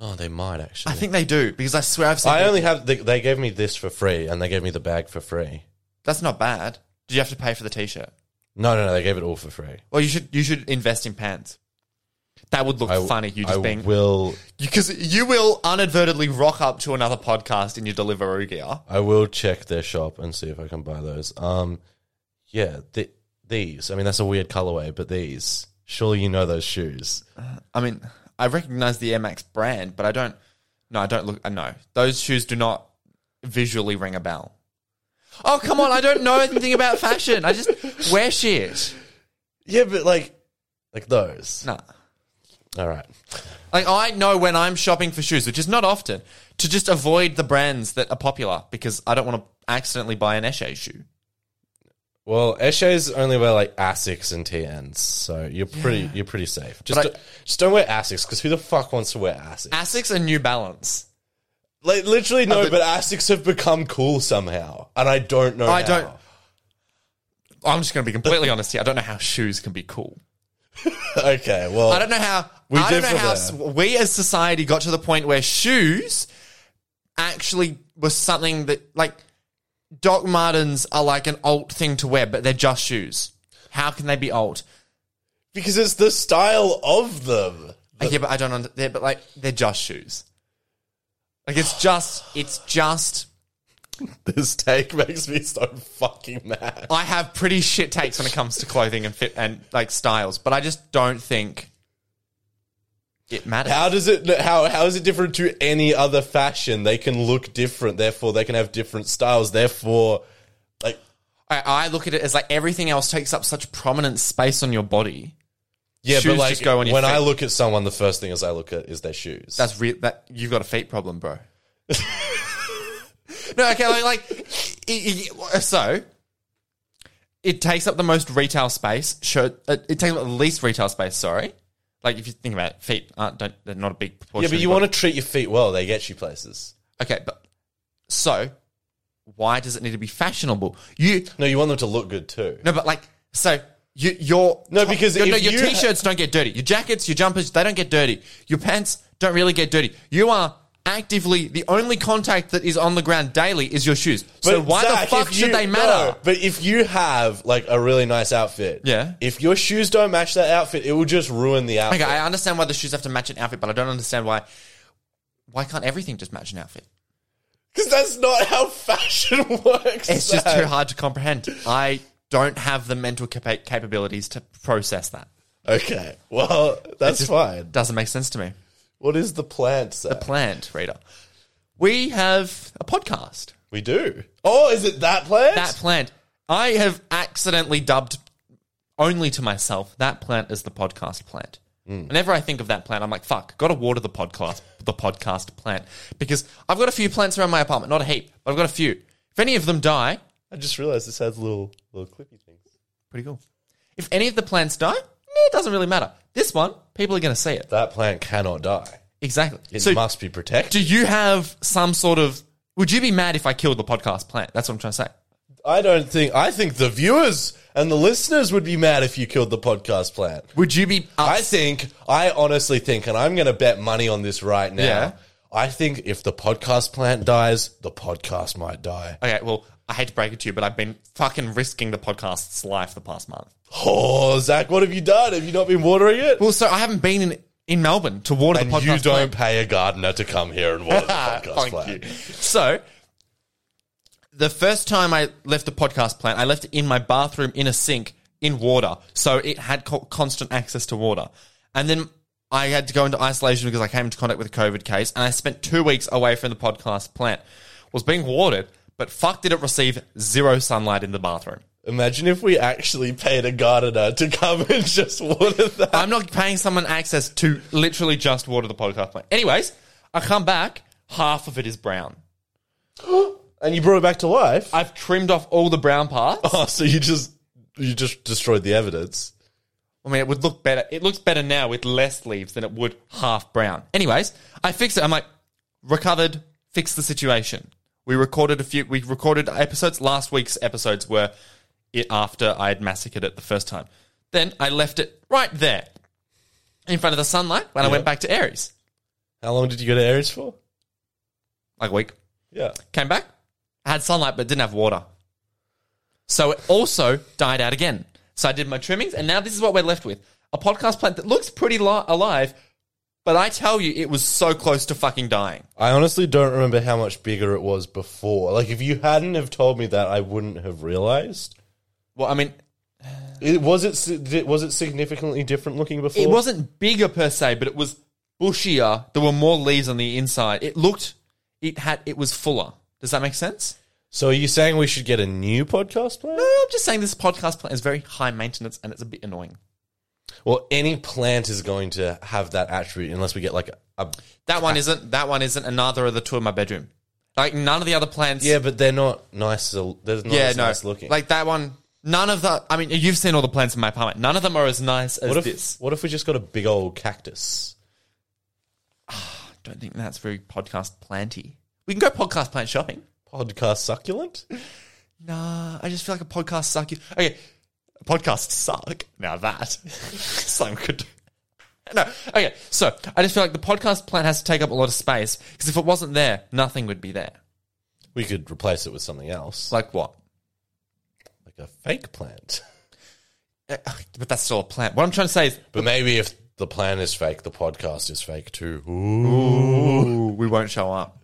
Speaker 2: Oh,
Speaker 3: No, they might actually.
Speaker 2: I think they do because I swear I've seen.
Speaker 3: I
Speaker 2: people-
Speaker 3: only have. They, they gave me this for free, and they gave me the bag for free.
Speaker 2: That's not bad. Do you have to pay for the t-shirt?
Speaker 3: No, no, no. They gave it all for free.
Speaker 2: Well, you should you should invest in pants. That would look
Speaker 3: I-
Speaker 2: funny. You just
Speaker 3: I
Speaker 2: being
Speaker 3: will.
Speaker 2: because you will inadvertently rock up to another podcast in your Deliveroo gear.
Speaker 3: I will check their shop and see if I can buy those. Um, yeah, th- these. I mean, that's a weird colorway, but these Surely you know those shoes.
Speaker 2: I mean, I recognize the Air Max brand, but I don't. No, I don't look. I know those shoes do not visually ring a bell. Oh come on! I don't know anything about fashion. I just wear shit.
Speaker 3: Yeah, but like, like those.
Speaker 2: Nah.
Speaker 3: All right.
Speaker 2: Like I know when I'm shopping for shoes, which is not often, to just avoid the brands that are popular because I don't want to accidentally buy an Eshe shoe.
Speaker 3: Well, Eshays only wear like Asics and TNs, so you're pretty you're pretty safe. Just,
Speaker 2: I-
Speaker 3: don't, just don't wear Asics because who the fuck wants to wear Asics?
Speaker 2: Asics and New Balance.
Speaker 3: like literally no,
Speaker 2: but-
Speaker 3: but, Asics have become cool somehow, and I don't know.
Speaker 2: I
Speaker 3: how.
Speaker 2: don't- I'm just going to be completely honest here. I don't know how shoes can be cool.
Speaker 3: Okay, well,
Speaker 2: I don't know how.
Speaker 3: Oh, We
Speaker 2: I don't
Speaker 3: differ
Speaker 2: know how
Speaker 3: there.
Speaker 2: s- we as society got to the point where shoes actually was something that like Doc Martens are like an alt thing to wear, but they're just shoes. How can they be alt?
Speaker 3: because it's the style of them.
Speaker 2: yeah, but I don't. Under, they're, but like they're just shoes. Like it's just it's just.
Speaker 3: This take makes me so fucking mad.
Speaker 2: I have pretty shit takes when it comes to clothing and fit and like styles, but I just don't think it matters.
Speaker 3: How does it? How how is it different to any other fashion? They can look different, therefore they can have different styles. Therefore, like
Speaker 2: I, I look at it as like everything else takes up such prominent space on your body.
Speaker 3: yeah,
Speaker 2: Shoes
Speaker 3: but like
Speaker 2: just go on your
Speaker 3: when I
Speaker 2: feet.
Speaker 3: look at someone, the first thing as I look at is their shoes.
Speaker 2: That's real. That you've got a feet problem, bro. no, okay, like, like i- i- so. It takes up the most retail space. Shirt. uh, It takes up the least retail space. Sorry, like if you think about it, feet aren't don't, they're not a big proportion.
Speaker 3: yeah,
Speaker 2: of
Speaker 3: but you
Speaker 2: your body.
Speaker 3: want to treat your feet well. They get you places.
Speaker 2: Okay, but so why does it need to be fashionable? You
Speaker 3: No, you want them to look good too.
Speaker 2: no, but like so you your
Speaker 3: No, because
Speaker 2: your, no,
Speaker 3: if
Speaker 2: your
Speaker 3: you ha-
Speaker 2: t-shirts don't get dirty. Your jackets, your jumpers, they don't get dirty. Your pants don't really get dirty. You are actively the only contact that is on the ground daily is your shoes. so why
Speaker 3: Zach,
Speaker 2: the fuck
Speaker 3: if
Speaker 2: should
Speaker 3: you-
Speaker 2: they
Speaker 3: no,
Speaker 2: matter?
Speaker 3: but if you have like a really nice outfit,
Speaker 2: Yeah.
Speaker 3: If your shoes don't match that outfit, it will just ruin the outfit.
Speaker 2: okay, I understand why the shoes have to match an outfit, but I don't understand why why can't everything just match an outfit?
Speaker 3: Because that's not how fashion works.
Speaker 2: It's just
Speaker 3: Zach.
Speaker 2: too hard to comprehend. I don't have the mental capa- capabilities to process that.
Speaker 3: Okay, well that's fine.
Speaker 2: Doesn't make sense to me.
Speaker 3: What is the plant? Zach?
Speaker 2: plant reader. We have a podcast.
Speaker 3: we do. Oh, is it that plant?
Speaker 2: That plant. I have accidentally dubbed only to myself that plant is the podcast plant. Whenever I think of that plant, I'm like, fuck, gotta water the podcast the podcast plant. Because I've got a few plants around my apartment, not a heap, but I've got a few. If any of them die,
Speaker 3: I just realized this has little little clippy things.
Speaker 2: pretty cool. If any of the plants die, eh, it doesn't really matter. This one, people are gonna see it.
Speaker 3: That plant cannot die.
Speaker 2: Exactly.
Speaker 3: It
Speaker 2: so
Speaker 3: must be protected.
Speaker 2: do you have some sort of would you be mad if I killed the podcast plant? That's what I'm trying to say.
Speaker 3: I don't think. I think the viewers and the listeners would be mad if you killed the podcast plant.
Speaker 2: Would you be?
Speaker 3: I think, I honestly think, and I'm going to bet money on this right now.
Speaker 2: Yeah.
Speaker 3: I think if the podcast plant dies, the podcast might die.
Speaker 2: okay, well, I hate to break it to you, but I've been fucking risking the podcast's life the past month.
Speaker 3: Oh, Zach, what have you done? Have you not been watering it?
Speaker 2: Well, so I haven't been in, in Melbourne to water
Speaker 3: and
Speaker 2: the podcast.
Speaker 3: you don't
Speaker 2: plant.
Speaker 3: pay a gardener to come here and water the podcast
Speaker 2: Thank
Speaker 3: plant.
Speaker 2: you. So, the first time I left the podcast plant, I left it in my bathroom in a sink in water, so it had co- constant access to water. And then I had to go into isolation because I came into contact with a COVID case, and I spent two weeks away from the podcast plant. Was being watered, but fuck, did it receive zero sunlight in the bathroom?
Speaker 3: Imagine if we actually paid a gardener to come and just water that.
Speaker 2: I'm not paying someone access to literally just water the podcast plant. Anyways, I come back, half of it is brown.
Speaker 3: and you brought it back to life.
Speaker 2: I've trimmed off all the brown parts.
Speaker 3: oh, so you just you just destroyed the evidence.
Speaker 2: I mean, it would look better. It looks better now with less leaves than it would half brown. Anyways, I fixed it. I'm like, recovered, fixed the situation. We recorded a few, we recorded episodes. Last week's episodes were it after I had massacred it the first time. Then I left it right there in front of the sunlight when I went back to Aries.
Speaker 3: How long did you go to Aries for?
Speaker 2: Like a week.
Speaker 3: Yeah.
Speaker 2: Came back, had sunlight, but didn't have water. So it also died out again. So I did my trimmings, and now this is what we're left with a podcast plant that looks pretty li- alive, but I tell you, it was so close to fucking dying.
Speaker 3: I honestly don't remember how much bigger it was before. Like, if you hadn't have told me that, I wouldn't have realized.
Speaker 2: Well, I mean,
Speaker 3: It, was it si- di- was it significantly different looking before?
Speaker 2: It wasn't bigger per se, but it was bushier. There were more leaves on the inside. It looked, it had, it was fuller. Does that make sense?
Speaker 3: So are you saying we should get a new podcast plant?
Speaker 2: No, I'm just saying this podcast plant is very high maintenance and it's a bit annoying.
Speaker 3: Well, any plant is going to have that attribute unless we get like a, a
Speaker 2: That one isn't. That one isn't. And neither are the two in my bedroom. Like none of the other plants.
Speaker 3: yeah, but they're not nice. They're not
Speaker 2: yeah,
Speaker 3: as
Speaker 2: no.
Speaker 3: nice looking.
Speaker 2: Like that one. None of the. I mean, you've seen all the plants in my apartment. None of them are as nice as
Speaker 3: what if
Speaker 2: this.
Speaker 3: what if we just got a big old cactus?
Speaker 2: I don't think that's very podcast planty. We can go podcast plant shopping.
Speaker 3: Podcast succulent?
Speaker 2: Nah, I just feel like a podcast suck. Okay, podcasts suck. Now that Slam could. No, okay. So I just feel like the podcast plant has to take up a lot of space because if it wasn't there, nothing would be there.
Speaker 3: We could replace it with something else, like,
Speaker 2: Like what?
Speaker 3: a fake plant.
Speaker 2: Eh, But that's still a plant. What I'm trying to say is,
Speaker 3: But maybe if the plant is fake, the podcast is fake too.
Speaker 2: ooh, we won't show up.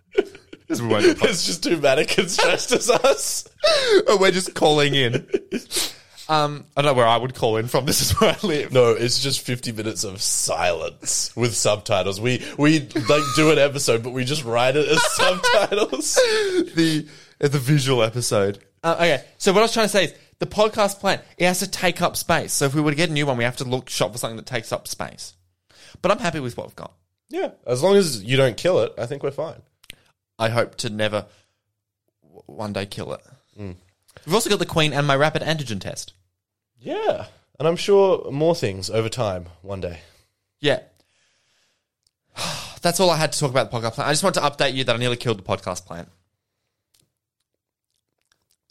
Speaker 2: 'Cause we won't.
Speaker 3: it's just two mannequins dressed as us. Oh,
Speaker 2: Or We're just calling in. Um, I don't know where I would call in from. This is where I live.
Speaker 3: No, it's just fifty minutes of silence with subtitles. We we like do an episode, but we just write it as subtitles.
Speaker 2: the
Speaker 3: uh,
Speaker 2: the visual episode. Uh, okay, so what I was trying to say is the podcast plan it has to take up space. So if we were to get a new one, we have to look shop for something that takes up space. But I'm happy with what we've got.
Speaker 3: Yeah, as long as you don't kill it, I think we're fine.
Speaker 2: I hope to never w- one day kill it. We've also got the Queen and my rapid antigen test.
Speaker 3: Yeah, and I'm sure more things over time one day.
Speaker 2: Yeah. That's all I had to talk about the podcast plant. I just want to update you that I nearly killed the podcast plant.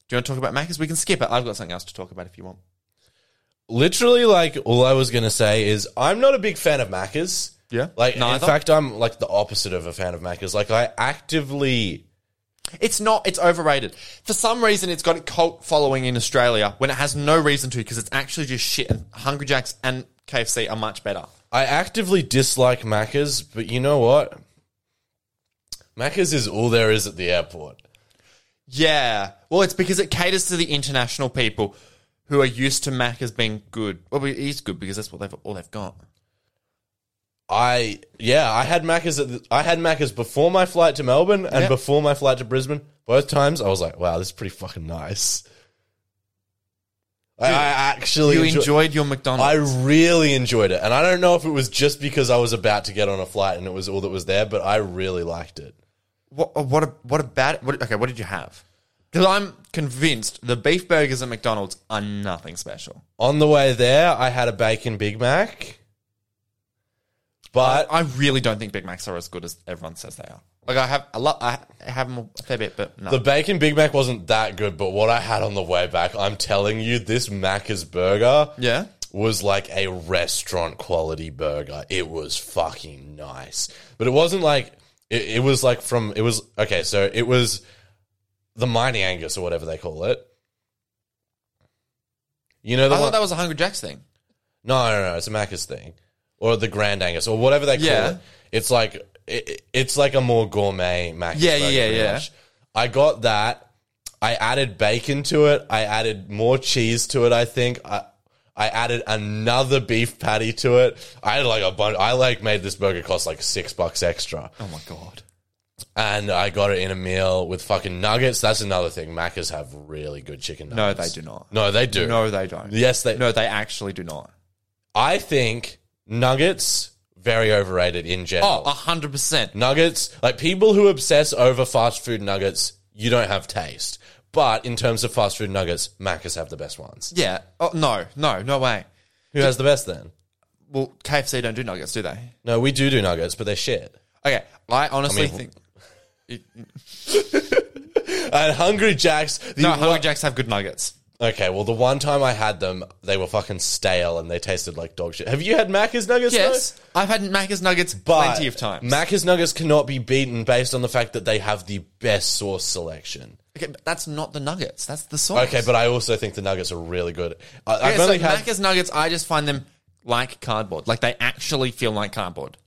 Speaker 2: Do you want to talk about Macca's? We can skip it. I've got something else to talk about if you want.
Speaker 3: Literally, like all I was gonna say is I'm not a big fan of Macca's.
Speaker 2: Yeah.
Speaker 3: like in
Speaker 2: Neither.
Speaker 3: fact, I'm like the opposite of a fan of Macca's. Like I actively
Speaker 2: It's not. It's overrated. For some reason, it's got a cult following in Australia when it has no reason to because it's actually just shit. And Hungry Jacks and KFC are much better.
Speaker 3: I actively dislike Macca's, but you know what? Macca's is all there is at the airport.
Speaker 2: Yeah. Well, it's because it caters to the international people who are used to Mac as being good. Well, it is good because that's what they've all they've got.
Speaker 3: I yeah, I had Macca's at the, I had Macca's before my flight to Melbourne and
Speaker 2: Yep.
Speaker 3: before my flight to Brisbane. Both times I was like, wow, this is pretty fucking nice. I, I actually
Speaker 2: You
Speaker 3: enjoy-
Speaker 2: enjoyed your
Speaker 3: I
Speaker 2: McDonald's.
Speaker 3: really enjoyed it, and I don't know if it was just because I was about to get on a flight and it was all that was there, but I really liked it.
Speaker 2: What? What? a- What about? What, okay. What did you have? Because I'm convinced the beef burgers at McDonald's are nothing special.
Speaker 3: On the way there, I had a bacon Big Mac, but
Speaker 2: I really don't think Big Macs are as good as everyone says they are. Like I have, I love, I have them a fair bit, but no.
Speaker 3: The bacon Big Mac wasn't that good, but what I had on the way back, I'm telling you, this Macca's burger
Speaker 2: yeah,
Speaker 3: was like a restaurant quality burger. It was fucking nice. But it wasn't like it, it was like from it was okay, so it was the Mighty Angus or whatever they call it. You know
Speaker 2: I
Speaker 3: the
Speaker 2: thought
Speaker 3: one,
Speaker 2: that was a Hungry Jack's thing.
Speaker 3: no, no, no, it's a Macca's thing, or the Grand Angus, or whatever they call
Speaker 2: Yeah.
Speaker 3: it. It's like it, it- it's like a more gourmet Macca's.
Speaker 2: Yeah,
Speaker 3: burger,
Speaker 2: yeah,
Speaker 3: pretty
Speaker 2: yeah.
Speaker 3: much. I got that. I added bacon to it. I added more cheese to it. I think. I, I added another beef patty to it. I had like a bunch. I like made this burger cost like six bucks extra,
Speaker 2: Oh my god!
Speaker 3: and I got it in a meal with fucking nuggets. That's another thing. Macca's have really good chicken
Speaker 2: No,
Speaker 3: nuggets.
Speaker 2: they do not.
Speaker 3: No, they do.
Speaker 2: No, they don't.
Speaker 3: Yes, they.
Speaker 2: No, they actually do not.
Speaker 3: I think nuggets very overrated in
Speaker 2: Oh,
Speaker 3: general.
Speaker 2: hundred
Speaker 3: Mm.
Speaker 2: percent.
Speaker 3: Nuggets, like people who obsess over fast food nuggets, you don't have taste. But in terms of fast food nuggets, Macca's have the best ones.
Speaker 2: Yeah. Oh no, no, no way.
Speaker 3: Who has the best then?
Speaker 2: Well, KFC don't do nuggets, do they?
Speaker 3: No, we do do nuggets, but they're shit.
Speaker 2: Okay, I honestly
Speaker 3: I mean-
Speaker 2: think
Speaker 3: And Hungry Jacks, the
Speaker 2: no.
Speaker 3: one-
Speaker 2: Hungry Jacks have good nuggets.
Speaker 3: okay. Well, the one time I had them, they were fucking stale and they tasted like dog shit. Have you had Macca's nuggets? though?
Speaker 2: Yes, I've had Macca's nuggets
Speaker 3: But
Speaker 2: plenty of times.
Speaker 3: Macca's nuggets cannot be beaten based on the fact that they have the best sauce selection.
Speaker 2: okay, but that's not the nuggets. That's the sauce.
Speaker 3: Okay, but I also think the nuggets are really good. I,
Speaker 2: Yeah,
Speaker 3: I've
Speaker 2: so
Speaker 3: only had.
Speaker 2: Macca's nuggets, I just find them like cardboard. Like they actually feel like cardboard.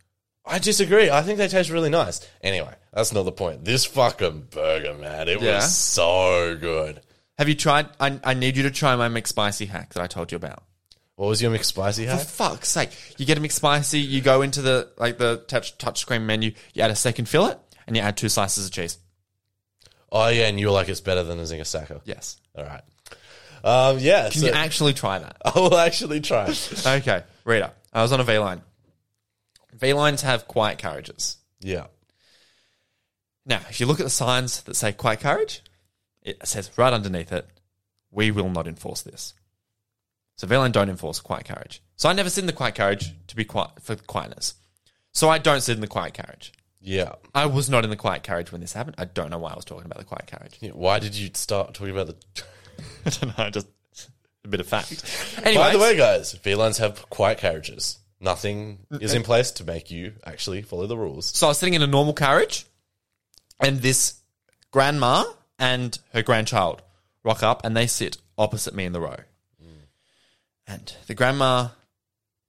Speaker 3: I disagree. I think they taste really nice. Anyway, that's not the point. This fucking burger, man, it
Speaker 2: Yeah.
Speaker 3: was so good.
Speaker 2: Have you tried? I, I need you to try my McSpicy hack that I told you about.
Speaker 3: What was your McSpicy
Speaker 2: For
Speaker 3: hack?
Speaker 2: fuck's sake, you get a McSpicy, you go into the like the touch touchscreen menu, you add a second fillet, and you add two slices of cheese.
Speaker 3: Oh yeah, and you were like, it's better than a Zinger Sacker.
Speaker 2: Yes.
Speaker 3: All right. Um, yeah.
Speaker 2: Can
Speaker 3: so
Speaker 2: you actually try that?
Speaker 3: I will actually try. it.
Speaker 2: Okay, Rita, I was on a V line. V lines have quiet carriages.
Speaker 3: yeah.
Speaker 2: Now, if you look at the signs that say quiet carriage, it says right underneath it, we will not enforce this. So Velan don't enforce quiet carriage. So I never sit in the quiet carriage to be quiet for quietness. So I don't sit in the quiet carriage.
Speaker 3: Yeah.
Speaker 2: I was not in the quiet carriage when this happened. I don't know why I was talking about the quiet carriage.
Speaker 3: Yeah, Why did you start talking about the?
Speaker 2: I don't know, just a bit of fact. Anyway,
Speaker 3: By the way, guys, V lines have quiet carriages. Nothing is in place to make you actually follow the rules.
Speaker 2: so I was sitting in a normal carriage, and this grandma and her grandchild rock up and they sit opposite me in the row. And the grandma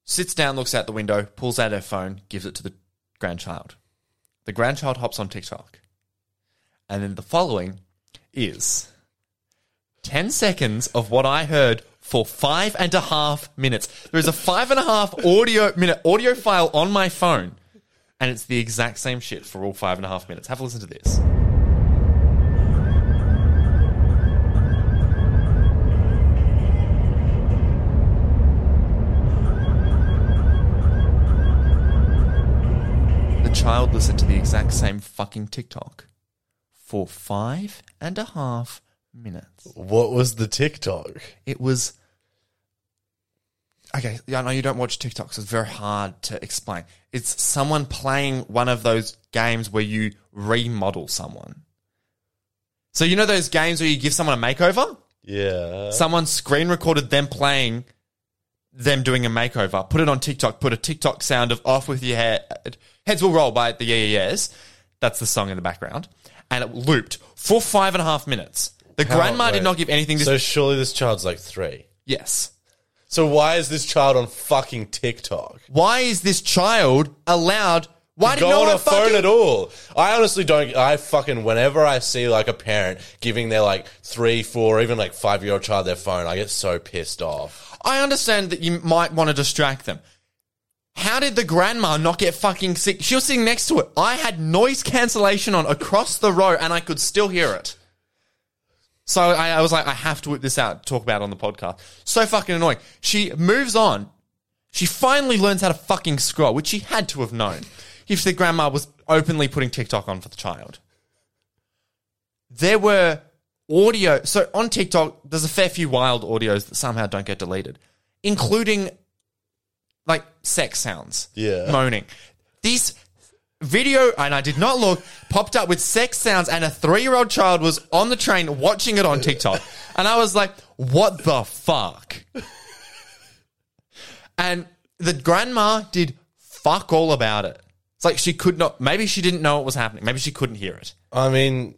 Speaker 2: sits down, looks out the window, pulls out her phone, gives it to the grandchild. The grandchild hops on TikTok. And then the following is 10 seconds of what I heard for five and a half minutes. There is a five and a half audio minute audio file on my phone. And it's the exact same shit for all five and a half minutes. Have a listen to this. The child listened to the exact same fucking TikTok for five and a half minutes.
Speaker 3: What was the TikTok?
Speaker 2: It was. Okay, yeah, I know you don't watch TikTok, so it's very hard to explain. It's someone playing one of those games where you remodel someone. So, you know those games where you give someone a makeover?
Speaker 3: Yeah.
Speaker 2: Someone screen recorded them playing, them doing a makeover. Put it on TikTok. Put a TikTok sound of "Off with Your Head." Heads will roll by the Yeah Yeah Yeahs. That's the song in the background, and it looped for five and a half minutes. The
Speaker 3: How-
Speaker 2: grandma
Speaker 3: wait.
Speaker 2: did not give anything. To
Speaker 3: So surely this child's like three.
Speaker 2: yes.
Speaker 3: So why is this child on fucking TikTok?
Speaker 2: Why is this child allowed? Why did
Speaker 3: Go
Speaker 2: no
Speaker 3: on
Speaker 2: one
Speaker 3: a
Speaker 2: fucking-
Speaker 3: phone at all. I honestly don't. I fucking whenever I see like a parent giving their like three, four, even like five year old child their phone, I get so pissed off.
Speaker 2: I understand that you might want to distract them. How did the grandma not get fucking sick? She was sitting next to it. I had noise cancellation on across the row and I could still hear it. So I, I was like, I have to whip this out, talk about it on the podcast. So fucking annoying. She moves on. She finally learns how to fucking scroll, which she had to have known if the grandma was openly putting TikTok on for the child. There were audio. So on TikTok, there's a fair few wild audios that somehow don't get deleted, including like sex sounds.
Speaker 3: Yeah.
Speaker 2: Moaning. This video, and I did not look, popped up with sex sounds, and a three year old child was on the train watching it on TikTok. And I was like, what the fuck? And the grandma did fuck all about it. It's like she could not, maybe she didn't know what was happening. Maybe she couldn't hear it.
Speaker 3: I mean,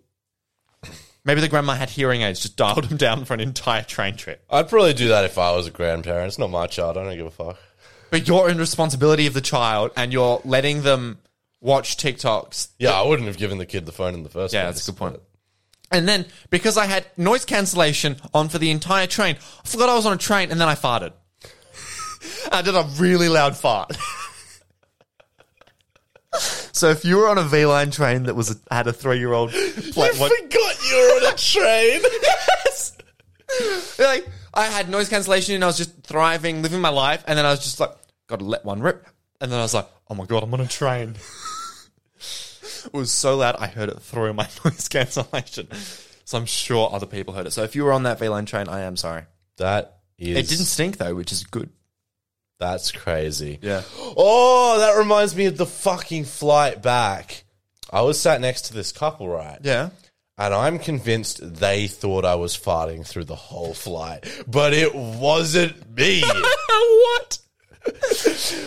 Speaker 2: Maybe the grandma had hearing aids, just dialed them down for an entire train trip.
Speaker 3: I'd probably do that if I was a grandparent. It's not my child. I don't give a fuck.
Speaker 2: But you're in responsibility of the child and you're letting them watch TikToks.
Speaker 3: Yeah, I wouldn't have given the kid the phone in the first
Speaker 2: Yeah,
Speaker 3: place.
Speaker 2: that's a good point. And then because I had noise cancellation on for the entire train, I forgot I was on a train and then I farted. I did a really loud fart. so if you were on a V line train that was had a three year old
Speaker 3: I forgot you were on a train.
Speaker 2: yes. like I had noise cancellation and I was just thriving, living my life, and then I was just like, gotta let one rip. And then I was like, oh my god, I'm on a train. it was so loud I heard it through my noise cancellation. So I'm sure other people heard it. So if you were on that V line train, I am sorry.
Speaker 3: that is.
Speaker 2: It didn't stink though, which is good.
Speaker 3: That's crazy.
Speaker 2: Yeah.
Speaker 3: Oh, that reminds me of the fucking flight back. I was sat next to this couple, right?
Speaker 2: Yeah.
Speaker 3: And I'm convinced they thought I was farting through the whole flight, but it wasn't me.
Speaker 2: what?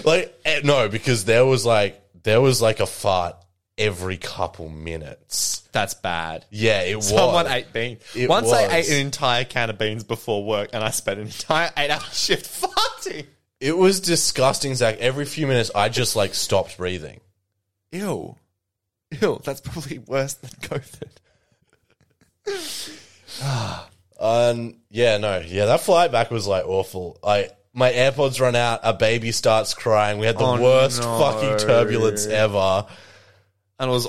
Speaker 3: like, eh, no, because there was like, there was like a fart every couple minutes.
Speaker 2: That's bad.
Speaker 3: Yeah, it
Speaker 2: Someone
Speaker 3: was.
Speaker 2: ate beans.
Speaker 3: It
Speaker 2: Once I
Speaker 3: was.
Speaker 2: ate an entire can of beans before work and I spent an entire eight hour shift farting.
Speaker 3: it was disgusting, Zach. Every few minutes, I just like stopped breathing.
Speaker 2: Ew. Ew, that's probably worse than COVID.
Speaker 3: on. Um, Yeah, no, yeah, that flight back was like awful. I my AirPods run out. A baby starts crying. We had the
Speaker 2: Oh,
Speaker 3: worst
Speaker 2: no.
Speaker 3: fucking turbulence ever.
Speaker 2: and it was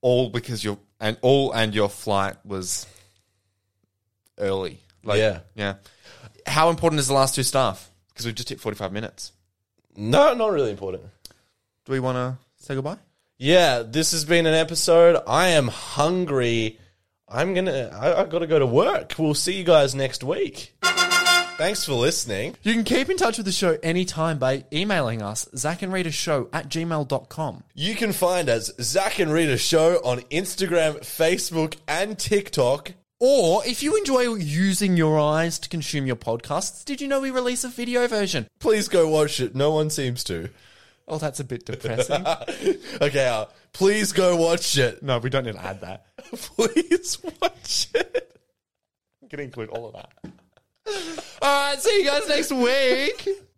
Speaker 2: all because your and all and your flight was early. Like,
Speaker 3: Yeah.
Speaker 2: yeah. How important is the last two staff? Because we've just hit forty-five minutes.
Speaker 3: No, not really important.
Speaker 2: Do we want to say goodbye?
Speaker 3: Yeah, this has been an episode. I am hungry. I'm gonna. I, I got to go to work. We'll see you guys next week. Thanks for listening.
Speaker 2: You can keep in touch with the show anytime by emailing us, show at gmail.com.
Speaker 3: You can find us Zach and Rita Show on Instagram, Facebook, and TikTok.
Speaker 2: Or if you enjoy using your eyes to consume your podcasts, did you know we release a video version?
Speaker 3: Please go watch it. No one seems to.
Speaker 2: Oh, that's a bit depressing.
Speaker 3: okay, uh, please go watch it.
Speaker 2: no, we don't need to add that.
Speaker 3: Please watch it.
Speaker 2: We can include all of that. all right, see you guys next week.